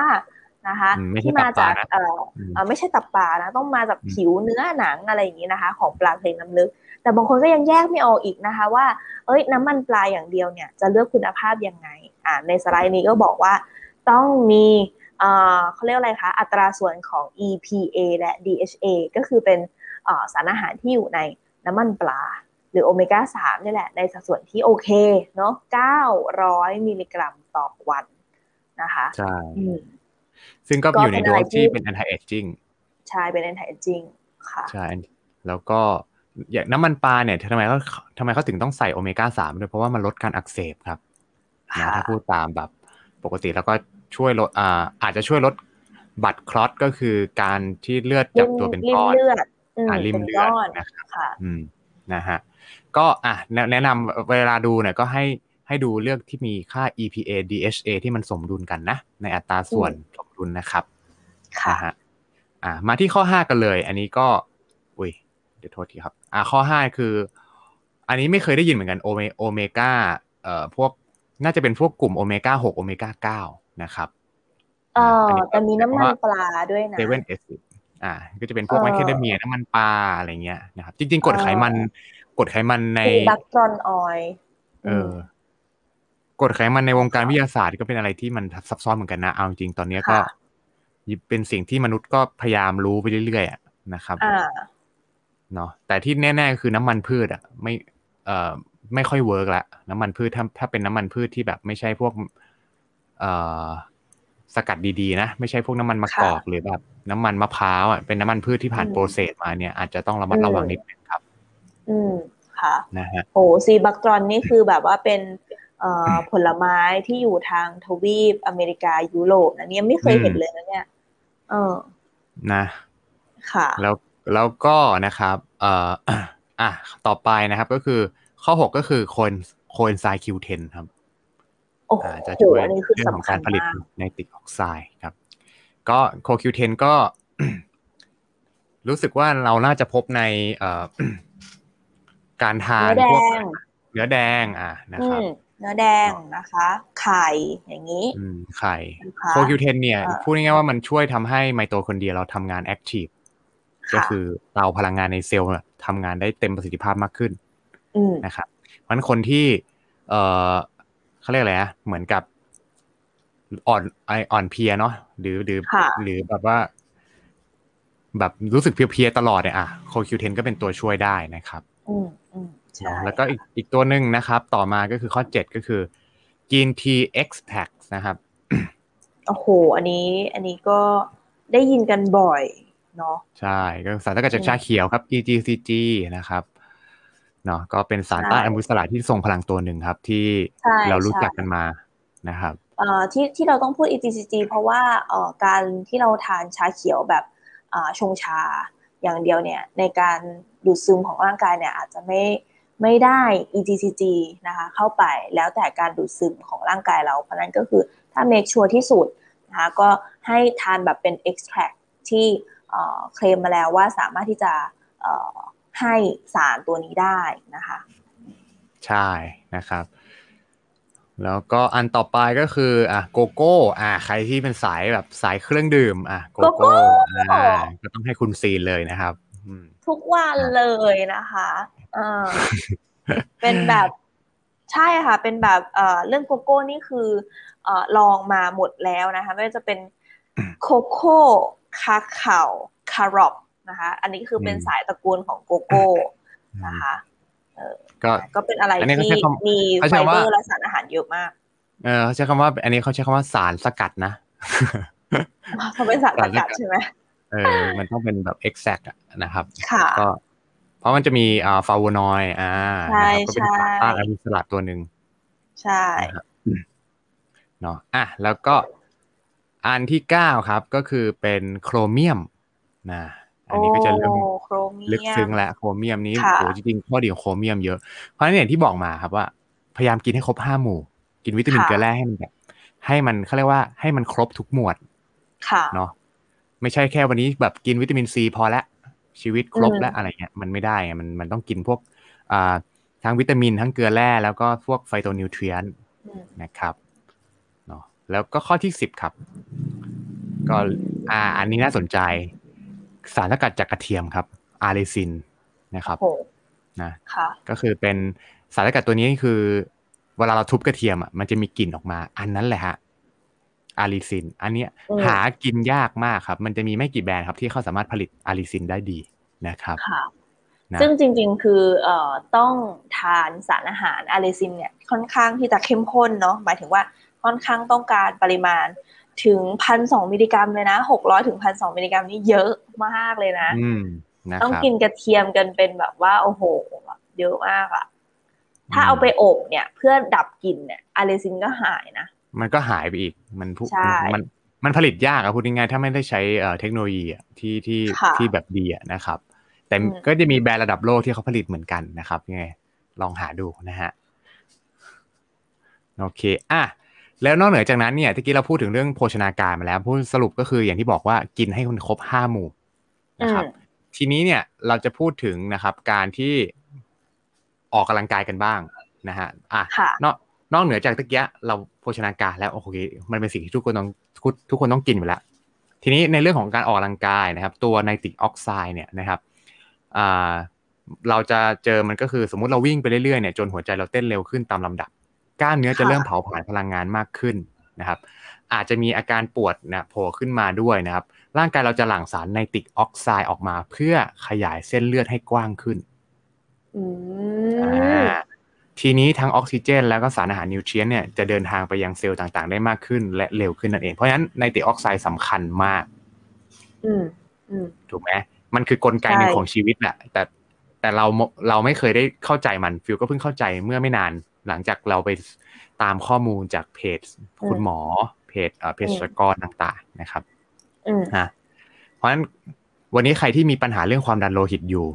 นะคะ อืมไม่ใช่ ที่มาจาก ตับปลานะ เอ่อ อืม เอ่อไม่ใช่ตับปลานะต้องมาจาก อืม ผิวเนื้อหนังอะไรอย่างนี้นะคะ ของปลาเพลงน้ำลึก แต่บางคนก็ยังแยกไม่ออกอีกนะคะว่า เอ้ยน้ำมันปลาอย่างเดียวเนี่ยจะเลือกคุณภาพยังไงอ่าในสไลด์นี้ก็บอกว่าต้องมีเอ่อเขาเรียกอะไรคะอัตราส่วนของ EPA และ DHA ก็คือเป็นเอ่อสารอาหารที่อยู่ในน้ำมันปลา หรือโอเมก้า3นี่แหละ ในสัดส่วนที่โอเคเนาะ900 มิลลิกรัมต่อวันนะคะ ใช่ อืม ซึ่งก็ ก็ อยู่ใน เป็น โด อะไร สที่ ที่ เป็น anti aging ใช่เป็น anti aging ค่ะ ใช่ แล้วก็อย่างน้ำมันปลาเนี่ยทำไมเขาทำไมเขาถึงต้องใส่โอเมก้าสามด้วยเพราะว่ามันลดการอักเสบครับนะ ค่ะ ถ้าพูดตามแบบปกติแล้วก็ช่วยลดอ่าอาจจะช่วยลดบัตรคลอตก็คือการที่เลือดจับตัวเป็น ริม ก้อน เลือดอืม อ่าริม เป็น เลือด ก้อน นะครับ ค่ะ อืม นะฮะก็อ่ะแนะแนะนำเวลาดูเนี่ยก็ให้ให้ดูเลือกที่มีค่า EPA DHA ที่มันสมดุลกันนะ ในอัตราส่วนสมดุลนะครับ ค่ะ นะฮะอ่ะมาที่ข้อ 5 กันเลย อันนี้ก็อุ้ยเดี๋ยวโทษทีครับอ่ะข้อ 5 คือ อันนี้ไม่เคยได้ยินเหมือนกันโอเมโอเมก้าเอ่อพวกน่าจะเป็นพวกกลุ่มโอเมก้า6โอเมก้า9นะครับ เอออน นี้ก็ แต่มีน้ำมันปลาด้วยนะ เซเว่นเอซิอ่า ก็จะเป็นพวก เอ่อ แมคแคเดเมียน้ำมันปลาอะไรเงี้ยนะครับ จริง ๆกรด เอ่อ ไขมันกรดไขมันใน คือดักตรอนออยล์ เออกฎไขมันในวงการวิทยาศาสตร์ก็เป็นอะไรที่มันซับซ้อนเหมือนกันนะ เอาจริงๆตอนเนี้ยก็ ค่ะ เป็นสิ่งที่มนุษย์ก็พยายามรู้ไปเรื่อยๆอะนะครับ อ่า เนาะแต่ที่แน่ๆคือน้ำมันพืชอ่ะไม่เอ่อไม่ค่อยเวิร์กละน้ำมันพืชถ้าถ้าเป็นน้ำมันพืชที่แบบไม่ใช่พวกเอ่อสกัดดีๆนะ ไม่ใช่พวกน้ำมันมะกอกหรือแบบน้ำมันมะพร้าวอ่ะเป็นน้ำมันพืชที่ผ่าน อืม โปรเซสมาเนี่ยอาจจะต้องระมัดระวัง อืม นิดนึงครับ อืมค่ะ นะฮะ โอ้ซีบักตรอนนี่คือแบบว่าเป็นเอ่อผลไม้ที่อยู่ทางทวีปอเมริกายุโรปนะเนี่ยไม่เคยเห็น อืม เลยนะเนี่ย เออ นะ ค่ะ แล้วแล้วก็นะครับเอ่ [COUGHS] อ อ่ะต่อไปนะครับก็คือข้อ 6 ก็คือโคนโคนไซคิวเทนครับ โอ้โห อ่าจะช่วย อันนี้คือ เรื่องของ สำกาคัญ รผลิต มาก ไนตริกออกไซด์ครับ ก็โคคิวเทนก็ [COUGHS] รู้สึกว่าเราน่าจะพบในเอ่อ [COUGHS] การทาน เนื้อแด พวก ง เนื้อแดงอ่ะนะ อื ครับ มเนื้อแดงนะคะ ไข่อย่างนี้ อืมไข่ นะคะ โคคิวเทนเนี่ย อ่า พูดง่ายๆว่ามันช่วยทำให้ไมโตคอนเดรียเราทำงานแอคทีฟก็ ค่ะ คือเราพลังงานในเซลล์น่ะทำงานได้เต็มประสิทธิภาพมากขึ้น อืม นะครับเพราะฉะนั้นคนที่ เออเขาเรียกอะไรนะเหมือนกับอ่อนไออ่อนเพลียเนาะหรือหรือ ค่ะ หรือแบบว่า แบบรู้สึกเพลียๆตลอดเนี่ยอ่ะโคคิวเทนก็เป็นตัวช่วยได้นะครับ อืมอืมใช่ เนาะแล้วก็อีกอีกตัวหนึ่งนะครับ ต่อมาก็คือข้อ 7 ก็คือจีน TX Tax นะครับ โอ้โห อันนี้ อันนี้ก็ได้ยินกันบ่อยเนาะ ใช่ก็สารสกัดจากชาเขียวครับ EGCG นะครับเนาะก็เป็นสารต้านอนุมูลอิสระที่ทรงพลังตัวหนึ่งครับ ที่ ใช่ เรารู้ ใช่ จักกันมานะครับ เอ่อที่ที่เราต้องพูด ETCG เพราะว่าเอ่อการที่เราทานชาเขียวแบบเอ่อชงชาอย่างเดียวเนี่ยในการดูดซึมของร่างกายเนี่ยอาจจะไม่ไม่ได้ ETCG นะคะเข้าไปแล้วแต่การดูดซึมของร่างกายเรา เพราะนั้นก็คือถ้าเมคชัวร์ที่สุดนะคะก็ให้ทานแบบเป็น extract ที่เอ่อเคลมมาแล้วว่าสามารถที่จะเอ่อให้สารตัวนี้ได้นะคะ ใช่นะครับ แล้วก็อันต่อไปก็คืออ่ะโกโก้อ่ะใครที่เป็นสายแบบสายเครื่องดื่มอ่ะโก โกโก้ โก้อ่าก็ต้องให้คุณซีนเลยนะครับอืม ทุกวันเลยนะคะเอ [LAUGHS] อ เป็นแบบใช่ค่ะ เป็นแบบเอ่อเรื่องโกโก้นี่คือเอ่อลองมาหมดแล้วนะคะ ไม่ว่าจะเป็นโคโค่คาคาวคารอบนะคะ อันนี้คือเป็น อืม สายตระกูลของโกโก้นะคะ ก็ ก็เป็นอะไร อันนี้เขา ที่ ใช้คำ มี เขา ไฟ ใช้ เบ ว่า อร์และสารอาหารเยอะมาก เออเขาใช้คำว่า อันนี้เขาใช้คำว่าสารสกัดนะ [LAUGHS] เพราะเป็นสารส สารสกั กัด ด ใช่ไหม เออมันต้องเป็นแบบ exact อะนะครับ ค่ะ ก็ เพราะมันจะมีอ่าฟาโวนอยด์อ่า ใช่ นะครับก็เป็นสารต้านใช่อนุมูลอิสระตัวหนึ่ง ใช่ นะครับเนาะอ่ะแล้วก็อันที่เก้าครับก็คือเป็นโครเมียมนะอันนี้ก็จะเริ่ม โอ้โครเมียม ลึกซึ้งและโครเมียมนี้ ค่ะ โหจริงๆข้อดีของโครเมียมเยอะเพราะฉะนั้นอย่างที่บอกมาครับว่า พยายามกินให้ครบห้าหมู่ กินวิตามินเกลือแร่ให้มันแบบให้มันเขาเรียกว่าให้มันครบทุกหมวด ค่ะ เนาะไม่ใช่แค่วันนี้แบบกินวิตามินซีพอละชีวิตครบ อืม และอะไรเงี้ยมันไม่ได้ไงมันมันต้องกินพวกอ่าทั้งวิตามินทั้งเกลือแร่แล้วก็พวกไฟโตนิวเทรียน อืม นะครับเนาะแล้วก็ข้อที่สิบครับ ก็อ่าอันนี้น่าสนใจ สารสกัดจากกระเทียมครับ อาเลซินนะครับ โห นะ ค่ะ ก็คือเป็นสารสกัดตัวนี้คือ เวลาเราทุบกระเทียมอ่ะมันจะมีกลิ่นออกมา อันนั้นแหละฮะอาเลซิน อันเนี้ย อืม หากินยากมากครับ มันจะมีไม่กี่แบรนด์ครับ ที่เขาสามารถผลิตอาเลซินได้ดีนะครับ ค่ะ นะ ซึ่งจริงๆ คือเอ่อต้องทานสารอาหารอาเลซินเนี่ยค่อนข้างที่จะเข้มข้นเนาะหมายถึงว่าค่อนข้างต้องการปริมาณถึงพันสองมิลลิกรัมเลยนะหกร้อยถึงพันสองมิลลิกรัมนี่เยอะมากเลยนะ อืมนะ ต้อง ครับ กินกระเทียมกันเป็นแบบว่าโอ้โหเยอะมากอะถ้า อืม เอาไปอบเนี่ยเพื่อดับกลิ่นเนี่ยอาเลซินก็หายนะ มันก็หายไปอีก มันพุ ใช่ มันมันผลิตยากอะพูดง่ายๆถ้าไม่ได้ใช้เอ่อเทคโนโลยีอะที่ที่ ค่ะ ที่แบบดีอะนะครับ แต่ อืม ก็จะมีแบรนด์ระดับโลกที่เขาผลิตเหมือนกันนะครับยังไงลองหาดูนะฮะโอเคอ่ะแล้วนอกเหนือจากนั้นเนี่ยที่กี้เราพูดถึงเรื่องโภชนาการมาแล้วพูดสรุปก็คืออย่างที่บอกว่ากินให้คนครบห้าหมู่นะครับ ทีนี้เนี่ยเราจะพูดถึงนะครับการที่ออกกำลังกายกันบ้างนะฮะอ่ะ ค่ะ นอกนอกเหนือจากตะเกียะเราโภชนาการแล้วโอเคมันเป็นสิ่งที่ทุกคนต้องทุกทุกคนต้องกินอยู่แล้วทีนี้ในเรื่องของการออกกำลังกายนะครับ ตัวไนตริกออกไซด์เนี่ยนะครับอ่าเราจะเจอมันก็คือสมมุติเราวิ่งไปเรื่อยๆเนี่ยจนหัวใจเราเต้นเร็วขึ้นตามลำดับ กล้ามเนื้อจะ ค่ะ เริ่มเผาผลาญพลังงานมากขึ้นนะครับ อาจจะมีอาการปวดนะโผล่ขึ้นมาด้วยนะครับ ร่างกายเราจะหลั่งสารไนตริกออกไซด์ออกมา เพื่อขยายเส้นเลือดให้กว้างขึ้น อื อ่ มา ทีนี้ทั้งออกซิเจน แล้วก็สารอาหารนิวเทรียนต์เนี่ยจะเดินทางไปยังเซลล์ต่างๆ ได้มากขึ้นและเร็วขึ้นนั่นเองเพราะฉะนั้นไนตริกออกไซด์สำคัญมาก อืมอืม ถูกไหมมันคือกลไกหนึ่ง ใช่ ของชีวิตแหละแต่แต่เรามเราไม่เคยได้เข้าใจมันฟิลก็เพิ่งเข้าใจเมื่อไม่นาน หลังจากเราไปตามข้อมูลจากเพจคุณหมอเพจเอ่อเพจสกรต่างๆนะครับ อืม อ่ะเพราะฉะนั้นวันนี้ใครที่มีปัญหาเรื่องความดันโลหิตอยู่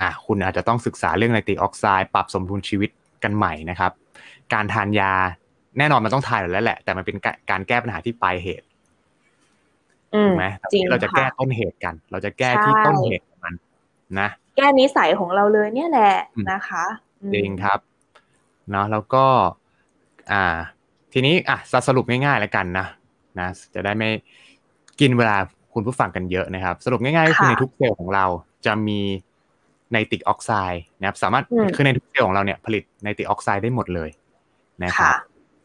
อ่ะคุณอาจจะต้องศึกษาเรื่องไนตริกออกไซด์ปรับสมดุลชีวิตกันใหม่นะครับ การทานยาแน่นอนมันต้องทานอยู่แล้วแหละ แต่มันเป็นกะการแก้ปัญหาที่ปลายเหตุ อืม ถูกไหม จริง เราจะ ค่ะ แก้ต้นเหตุกัน เราจะแก้ที่ ใช่ ต้นเหตุของมันนะ แก้นิสัยของเราเลยเนี่ยแหละ อืม นะคะอืม จริงครับเนาะแล้วก็อ่าทีนี้อ่ะสรุปง่ายๆแล้วกันนะนะ จะได้ไม่กินเวลาคุณผู้ฟังกันเยอะนะครับ สรุปง่ายๆก็คือในทุกเซลล์ของเราจะมีไนตริกออกไซด์นะครับสามารถคือในทุกเซลล์ของเราเนี่ยผลิตไนตริกออกไซด์ได้หมดเลยนะครั ค่ะ บ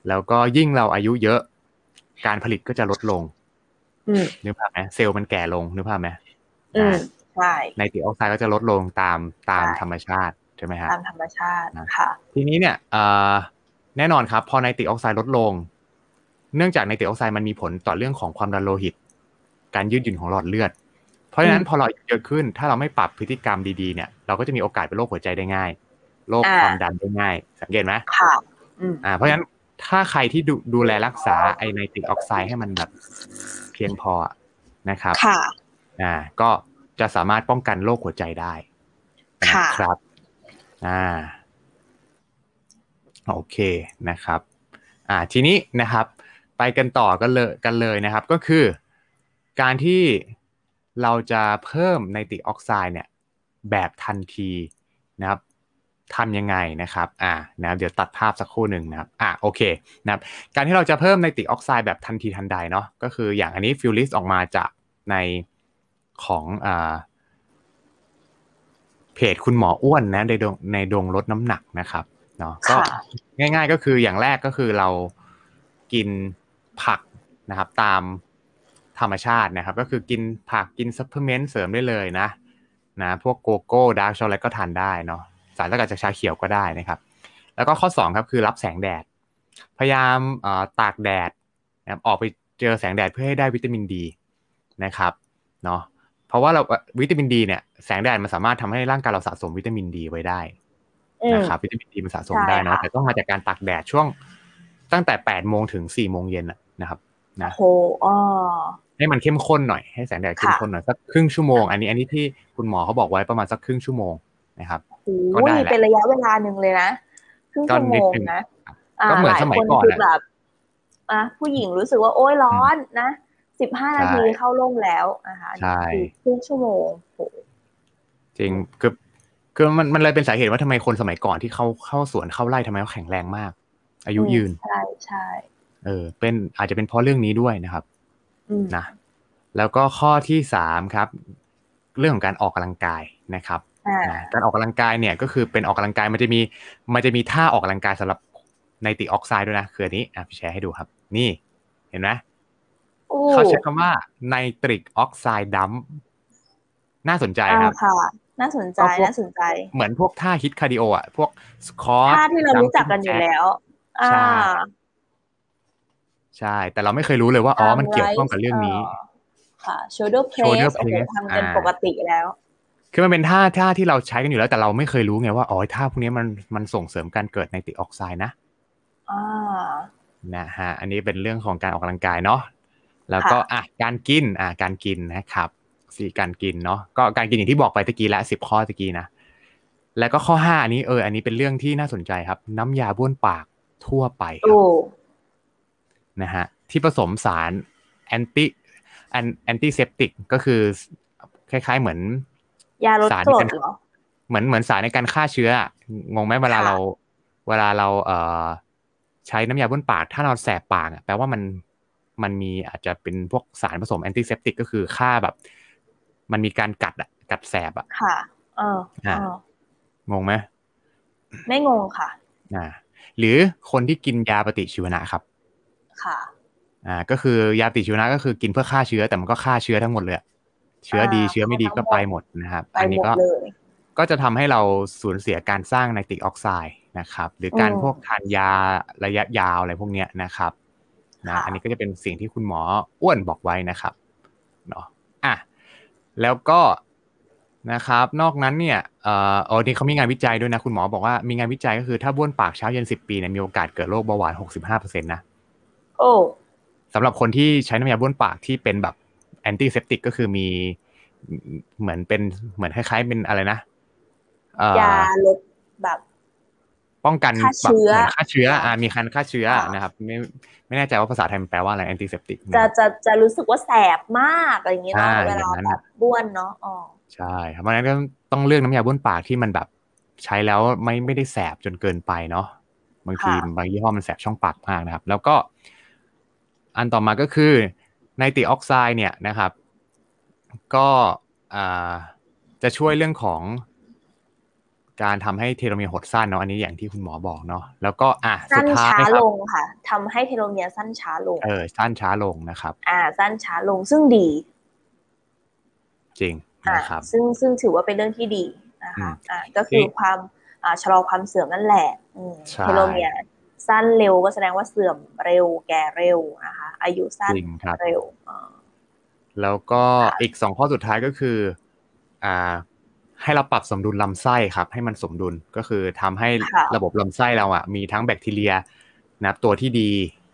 แล้วก็ยิ่งเราอายุเยอะ การผลิตก็จะลดลง อืม นึกภาพไหมเซลล์มันแก่ลงนึกภาพไหม อืมใช่ ไนตริกออกไซด์ก็จะลดลงตามตามธรรมชาติใช่ไหมฮะ ตามธรรมชาติค่ะ ทีนี้เนี่ยเอ่อแน่นอนครับพอไนตริกออกไซด์ลดลง เนื่องจากไนตริกออกไซด์มันมีผลต่อเรื่องของความดันโลหิต การยืดหยุ่นของหลอดเลือด เพราะฉะนั้น อืม พอเราอายุเยอะขึ้น ถ้าเราไม่ปรับพฤติกรรมดีๆเนี่ยเราก็จะมีโอกาสเป็นโรคหัวใจได้ง่ายโรค อ่า ความดันได้ง่าย สังเกตไหม ค่ะ อืม อ่าเพราะฉะนั้นถ้าใครที่ดูดูแลรักษาไอไนตริกออกไซด์ให้มันแบบเพียงพออะนะครับ ค่ะ อ่าก็จะสามารถป้องกันโรคหัวใจได้ ค่ะ นะครับอ่า โอเคนะครับ อ่าทีนี้นะครับไปกันต่อกันเลยกันเลยนะครับก็คือ การที่เราจะเพิ่มไนตริกออกไซด์เนี่ยแบบทันทีนะครับทำยังไงนะครับอ่านะครับเดี๋ยวตัดภาพสักครู่หนึ่งนะครับอ่าโอเคนะครับการที่เราจะเพิ่มไนตริกออกไซด์แบบทันทีทันใดเนาะก็คืออย่างอันนี้ฟิลลิสออกมาจากในของอ่า เพจคุณหมออ้วนนะในดวงในดวงลดน้ำหนักนะครับเนาะก็ ค่ะ ง่าย ๆ ก็คืออย่างแรกก็คือเรากินผักนะครับ ตามธรรมชาตินะครับ ก็คือกินผักกินซัพพลีเมนต์เสริมได้เลยนะนะพวกโกโก้ดาร์กช็อกโกแลตก็ทานได้เนาะสารสกัดจากชาเขียวก็ได้นะครับ แล้วก็ข้อสองครับคือรับแสงแดด พยายามเอ่อตากแดดนะครับออกไปเจอแสงแดดเพื่อให้ได้วิตามินดีนะครับเนาะ เพราะว่าเราวิตามินดีเนี่ยแสงแดดมันสามารถทำให้ร่างกายเราสะสมวิตามินดีไว้ได้ อืม นะครับวิตามินดีมันสะสม ใช่ ได้เนอะ ค่ะ แต่ต้องมาจากการตากแดดช่วงตั้งแต่8ปดโมงถึง4ี่โมงเย็นน่ะนะครับนะ โหอ้อ ให้มันเข้มข้นหน่อยให้แสงแดดเข้ม ค่ะ ข้นหน่อยสักครึ่งชั่วโมงอันนี้อันนี้ที่คุณหมอเขาบอกไว้ประมาณสักครึ่งชั่วโมงนะครับ โอ้ ก็ได้ ย แหละ เป็นระยะเวลาหนึ่งเลยนะครึ่ง ก็ ชั่วโม นิด ง นึง นะ ก็เหมือนสมัยก่อน หลาคคื อะ แบบอ่ะผู้หญิงรู้สึกว่าโอ้ยร้อนนะสิบห้า ใช่ นาทีเข้าร่มแล้วนะคะอันนี้ ใช่ คือครึ่งชั่วโมงโห จริงคือคือมันมันเลยเป็นสาเหตุว่าทำไมคนสมัยก่อนที่เขาเข้าสวนเข้าไร่ทำไมเขาแข็งแรงมาก อายุ อืม ยืน ใช่ใช่ เออเป็นอาจจะเป็นเพราะเรื่องนี้ด้วยนะครับ อืม นะแล้วก็ข้อที่สามครับ เรื่องของการออกกำลังกายนะครับ อ่า นะการออกกำลังกายเนี่ยก็คือเป็นออกกำลังกายมันจะมีมันจะมีท่าออกกำลังกายสำหรับไนติออกไซด์ด้วยนะคืออันนี้อ่ะพี่แชร์ให้ดูครับ นี่เห็นไหม โอ้ เขาใช้คำว่าไนตริกออกไซด์ดัมน่าสนใจ อ่า ครับ ค่ะ น่าสนใจ ก็พวก น่าสนใจ เหมือนพวกท่าฮิตคาร์ดิโออ่ะพวกสคอต ท่าที่เรารู้จักกันอยู่แล้ว อ่า ใช่ ใช่ แต่เราไม่เคยรู้เลยว่าอ๋อ Arm มันเกี่ยวข้องกับเรื่องนี้ raise ค่ะ Shoulder shoulder press โอ้โห press ทำกัน อ่า ปกติแล้ว คือมันเป็นท่าท่าที่เราใช้กันอยู่แล้ว แต่เราไม่เคยรู้ไงว่าอ๋อท่าพวกนี้มันมันส่งเสริมการเกิดไนตริกออกไซด์นะ อ่า นะฮะอันนี้เป็นเรื่องของการออกกำลังกายเนาะแล้วก็อ่ะการกินอ่ะการกินนะครับ สี่การกินเนาะก็การกินอย่างที่บอกไปตะกี้ละสิบข้อตะกี้นะแล้วก็ข้อห้าอันนี้เอออันนี้เป็นเรื่องที่น่าสนใจครับ น้ำยาบ้วนปากทั่วไปครับ โอ้ นะฮะที่ผสมสารแอนติแอนแอนติเซปติกก็คือคล้ายๆเหมือน ยาลด สาร กร ใน ด การ เหรอ เหมือนเหมือนสารในการฆ่าเชื้ออะงงไหมเวลา ค่ะ เรา เวลาเราเอ่อใช้น้ำยาบ้วนปาก ถ้าเราแสบปากอะแปลว่ามันมันมีอาจจะเป็นพวกสารผสมแอนติเซปติกก็คือฆ่าแบบ มันมีการกัดอะกัดแสบอะ ค่ะ เออเออ งงไหม ไม่งงค่ะ อ่าหรือคนที่กินยาปฏิชีวนะครับ ค่ะ อ่าก็คือยาปฏิชีวนะก็คือกินเพื่อฆ่าเชื้อแต่มันก็ฆ่าเชื้อทั้งหมดเลยอะเชื้อดี อ่า เชื้อไม่ดี ฆ่าทั้ ก็ งหมด ไปหมดนะครับ ไป อัน ห นี้ มด ก็ เลย ก็จะทำให้เราสูญเสียการสร้างไนตริกออกไซด์นะครับ หรือการ อืม พวกทานยาระยะยาวอะไรพวกเนี้ยนะครับนะ ค่ะ อันนี้ก็จะเป็นสิ่งที่คุณหมออ้วนบอกไว้นะครับเนาะอ่ะแล้วก็นะครับ นอกนั้นเนี่ยเอ่ออ๋อนี่เขามีงานวิจัยด้วยนะ คุณหมอบอกว่ามีงานวิจัยก็คือถ้าบ้วนปากเช้าเย็น10 ปีเนี่ยมีโอกาสเกิดโรคเบาหวาน65%นะ โอ้ สำหรับคนที่ใช้น้ำยาบ้วนปากที่เป็นแบบแอนตี้เซปติกก็คือมีเหมือนเป็นเหมือนคล้ายๆเป็นอะไรนะเอ่อย าลดแบบ ป้องกัน ฆ่าเชื้อ แบบหมืนฆ่าเชื้ออ่ามีคันฆ่าเชื้อ ค่ะ นะครับไม่ไม่แน่ใจว่าภาษาไทยมันแปลว่าอะไรแอนตี้เซปติก จะจะจะรู้สึกว่าแสบมากอะไรอย่างเงี้ยเนาะ อ่า เวลา อย่างนั้น แบ อะ บบ้วนเนาะอ๋อ ใช่ครับเพราะฉะนั้นก็ต้องเลือกน้ำยาบ้วนปากที่มันแบบใช้แล้วไม่ไม่ได้แสบจนเกินไปเนาะบางทีบางยี่ห้อมันแสบช่องปากมากนะครับ แล้วก็ อันต่อมาก็คือไนตริกออกไซด์เนี่ยนะครับ ก็อ่าจะช่วยเรื่องของ การทำให้เทโลเมียร์หดสั้นเนาะอันนี้อย่างที่คุณหมอบอกเนาะแล้วก็อ่ะสุ สั้ ด น ท้าย ช้า ครั ล บ งค่ะทำให้เทโลเมียร์สั้นช้าลง เออสั้นช้าลงนะครับ อ่า สั้นช้าลงซึ่งดี จริง อ่า นะครับ ซึ่งซึ่งถือว่าเป็นเรื่องที่ดีนะคะ อืม อ่าก็คือ นี่ ความอ่าชะลอความเสื่อมนั่นแหละอืม ใช่ เทโลเมียร์สั้นเร็วก็แสดงว่าเสื่อมเร็วแก่เร็วนะคะอายุสั้น จริงครับ เร็วอ่า แล้วก็อีกสองข้อสุดท้ายก็คืออ่าให้เราปรับสมดุลลำไส้ครับ ให้มันสมดุลก็คือทำให้ ค่ะ ระบบลำไส้เราอ่ะมีทั้งแบคทีเรียนะครับตัวที่ดี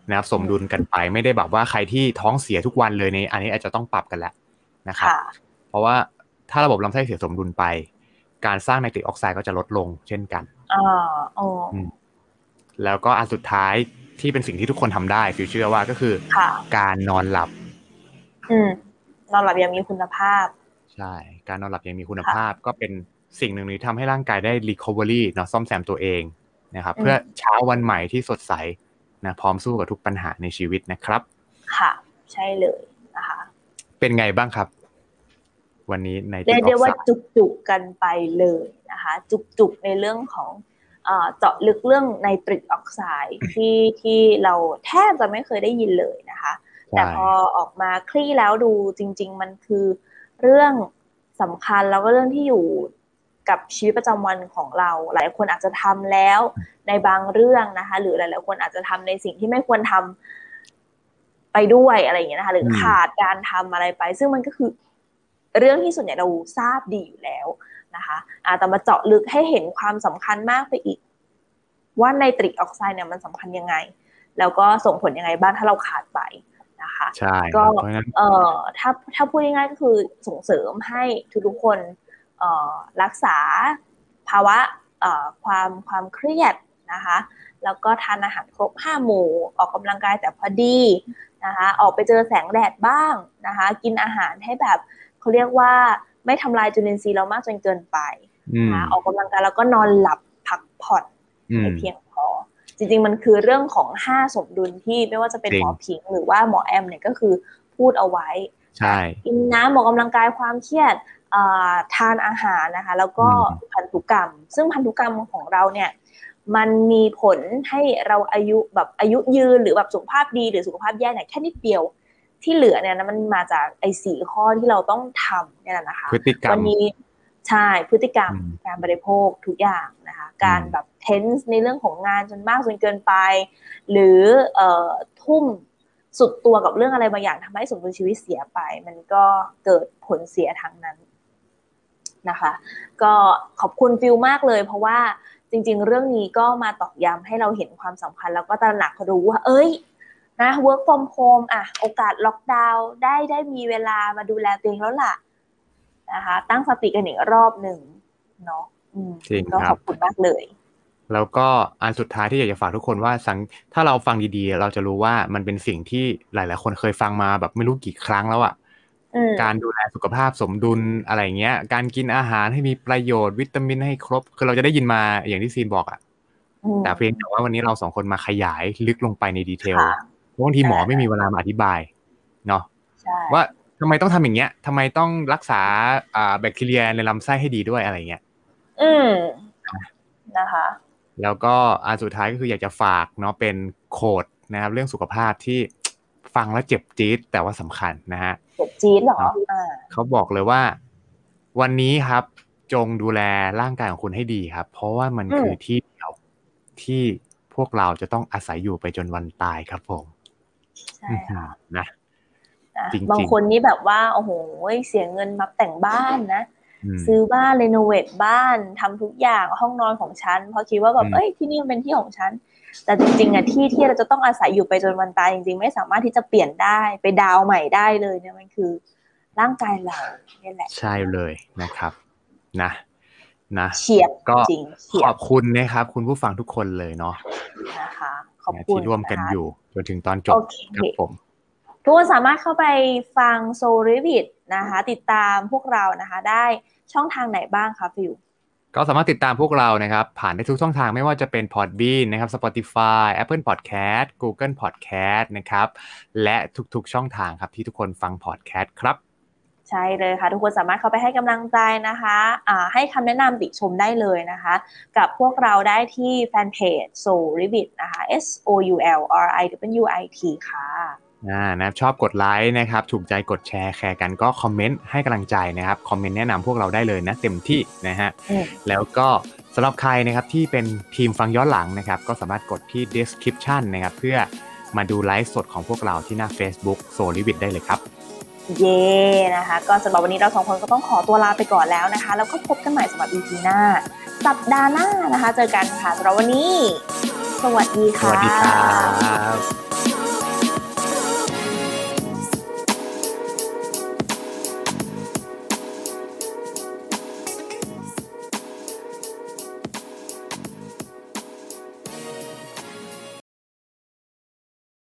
นะครับสมดุลกันไปไม่ได้แบบว่าใครที่ท้องเสียทุกวันเลยในอันนี้อาจจะต้องปรับกันแล้วนะครับ ค่ะ เพราะว่าถ้าระบบลำไส้เสียสมดุลไป การสร้างไนตริกออกไซด์ก็จะลดลงเช่นกัน อ่าอ๋ออ ม แล้วก็อันสุดท้ายที่เป็นสิ่งที่ทุกคนทำได้ฟิวเจอร์ว่าก็คือ ค่ะ การนอนหลับ อืมนอนหลับอย่างมีคุณภาพ ใช่ การนอนหลับยังมีคุณ ค่ะ ภาพก็เป็นสิ่งหนึ่งที่ทำให้ร่างกายได้ recovery เนาะซ่อมแซมตัวเองนะครับ อืม เพื่อเช้าวันใหม่ที่สดใสนะพร้อมสู้กับทุกปัญหาในชีวิตนะครับ ค่ะ ใช่เลยนะคะ เป็นไงบ้างครับ วันนี้ใน เรีย ก กได้ อ ว่า อก จุกจุกๆกันไปเลยนะคะ จุกจุกๆในเรื่องของเอ่อเจาะลึกเรื่องไนตริกออกไซด์ที่ที่เราแทบจะไม่เคยได้ยินเลยนะคะ แต่ ใช่ พอออกมาคลี่แล้วดูจริง ๆ มันคือเรื่องสำคัญแล้วก็เรื่องที่อยู่กับชีวิตประจำวันของเรา หลายคนอาจจะทำแล้วในบางเรื่องนะคะ หรือหลายๆคนอาจจะทำในสิ่งที่ไม่ควรทำไปด้วยอะไรอย่างเงี้ยนะคะ หรือขาดการทำอะไรไป ซึ่งมันก็คือเรื่องที่ส่วนใหญ่เราทราบดีอยู่แล้วนะคะอาแต่มาเจาะลึกให้เห็นความสำคัญมากไปอีก ว่าไนตริกออกไซด์เนี่ยมันสำคัญยังไง แล้วก็ส่งผลยังไงบ้างถ้าเราขาดไปนะคะ ใช่ ก็ ครับเพราะฉะนั้น เอ่อถ้าถ้าพูดง่ายๆก็คือส่งเสริมให้ทุกๆคนเอ่อรักษาภาวะเอ่อความความเครียดนะคะ แล้วก็ทานอาหารครบห้าหมู่ออกกำลังกายแต่พอดีนะคะออกไปเจอแสงแดดบ้างนะคะกินอาหารให้แบบเขาเรียกว่าไม่ทำลายจุลินทรีย์เรามากจนเกินไป อืม นะคะออกกำลังกายแล้วก็นอนหลับพักผ่อน อืม ให้เพียงพอ จริงๆ มันคือเรื่องของ 5 สมดุลที่ไม่ว่าจะเป็น จริงหมอผิงหรือว่าหมอแอมเนี่ยก็คือพูดเอาไว้ ใช่ กินน้ำออกกำลังกายความเครียดเอ่อทานอาหารนะคะ แล้วก็ อื พันธุกรรม ซึ่งพันธุกรรมของเราเนี่ยมันมีผลให้เราอายุแบบอายุยืนหรือแบบสุขภาพดีหรือสุขภาพแย่เนี่ยแค่นิดเดียวที่เหลือเนี่ยนะมันมาจากไอ้สี่ข้อที่เราต้องทำเนี่ยแหละนะคะ พฤติกรร วั ม นนี้ใช่พฤติกรรม อืม การบริโภคทุกอย่างนะคะ การ อืม แบบเทนส์ในเรื่องของงานจนมากจนเกินไป หรือเอ่อทุ่มสุดตัวกับเรื่องอะไรบางอย่างทำให้สมดุลชีวิตเสียไป มันก็เกิดผลเสียทางนั้นนะคะ ก็ขอบคุณฟิลมากเลย เพราะว่าจริง ๆ เรื่องนี้ก็มาตอกย้ำให้เราเห็นความสำคัญ แล้วก็ตระหนักรู้ว่า เอ้ยนะ work from home อ่ะโอกาสล็อกดาวน์ได้ได้มีเวลามาดูแลตัวเองแล้วล่ะ นะคะ ตั้งสติกันอีกรอบหนึ่งเนาะอืม จริง ก็ ค ข รั อบ บคุณมากเลย แล้วก็อันสุดท้ายที่อยากจะฝากทุกคนว่าสังถ้าเราฟังดีๆ เราจะรู้ว่ามันเป็นสิ่งที่หลาย ๆ คนเคยฟังมาแบบไม่รู้กี่ครั้งแล้วอะ อืม การดูแลสุขภาพสมดุลอะไรเงี้ย การกินอาหารให้มีประโยชน์วิตามินให้ครบ คือเราจะได้ยินมาอย่างที่ซีนบอกอะ อืม แต่เพียงแต่ว่าวันนี้เราสองคนมาขยายลึกลงไปในดีเทล ค่ะ เพราะบางทีหมอไม่มีเวลามาอธิบายเนาะ ใช่ ว่าทำไมต้องทำอย่างเงี้ยทำไมต้องรักษาอ่าแบคทีเรียในลำไส้ให้ดีด้วยอะไรเงี้ย อืมนะคะ แล้วก็อันสุดท้ายก็คืออยากจะฝากเนาะเป็นโคดนะครับเรื่องสุขภาพที่ ฟังแล้วเจ็บจี๊ดแต่ว่าสำคัญนะฮะ เจ็บจี๊ดเหรออ่า เขาบอกเลยว่า วันนี้ครับ จงดูแลร่างกายของคุณให้ดีครับ เพราะว่ามันคือที่เดียวที่พวกเราจะต้องอาศัยอยู่ไปจนวันตายครับผม ใช่ค่ะ [LAUGHS] นะ นะ จริงๆ บางคนนี่แบบว่า โอ้โหเสียเงินมาแต่งบ้านนะ อืม ซื้อบ้านรีโนเวทบ้านทำทุกอย่างห้องนอนของฉันเพราะคิดว่าแบบ อืม เอ้ยที่นี่มันเป็นที่ของฉัน แต่จริงๆอะที่ที่เราจะต้องอาศัยอยู่ไปจนวันตายจริงๆ ไม่สามารถที่จะเปลี่ยนได้ไปดาวน์ใหม่ได้เลยเนี่ยมันคือ ร่างกายเราเนี่ยแหละ ใช่เลยนะครับ นะ นะ เฉียบ ก็ จริงเฉีย ขอ บบ คุณนะครับ คุณผู้ฟังทุกคนเลยเนาะ นะคะ ขอบคุณ ที่ร่วมกันะคะ อยู่จนถึงตอนจ โอบ เค ครับผม ทุกคนสามารถเข้าไปฟังโซลิวิดนะคะ ติดตามพวกเรานะคะ ได้ช่องทางไหนบ้างคะฟิว ก็สามารถติดตามพวกเรานะครับ ผ่านได้ทุกช่องทางไม่ว่าจะเป็น Podbean นะครับ Spotify Apple Podcast Google Podcast นะครับ และทุกๆช่องทางครับที่ทุกคนฟัง podcast ครับ ใช่เลยค่ะ ทุกคนสามารถเข้าไปให้กำลังใจนะคะอ่าให้คำแนะนำติชมได้เลยนะคะ กับพวกเราได้ที่แฟนเพจ Soul Ribbit นะคะ S O U L R I W I T ค่ะ อ่านะครับชอบกดไลค์นะครับ ถูกใจกดแชร์แชร์กันก็คอมเมนต์ให้กำลังใจนะครับ คอมเมนต์แนะนำพวกเราได้เลยนะ เต็มที่นะฮะ อืม แล้วก็สำหรับใครนะครับที่เป็นทีมฟังย้อนหลังนะครับ ก็สามารถกดที่ description นะครับ เพื่อมาดูไลฟ์สดของพวกเราที่หน้า Facebook s o l i v i t ได้เลยครับ เย้นะคะ ก็สำหรับวันนี้เราสองคนก็ต้องขอตัวลาไปก่อนแล้วนะคะ แล้วก็พบกันใหม่สำหรับ EP หน้า สัปดาห์หน้านะคะ เจอกันค่ะสำหรับวันนี้ สวัสดี ส ค่ะ วัสดีครับ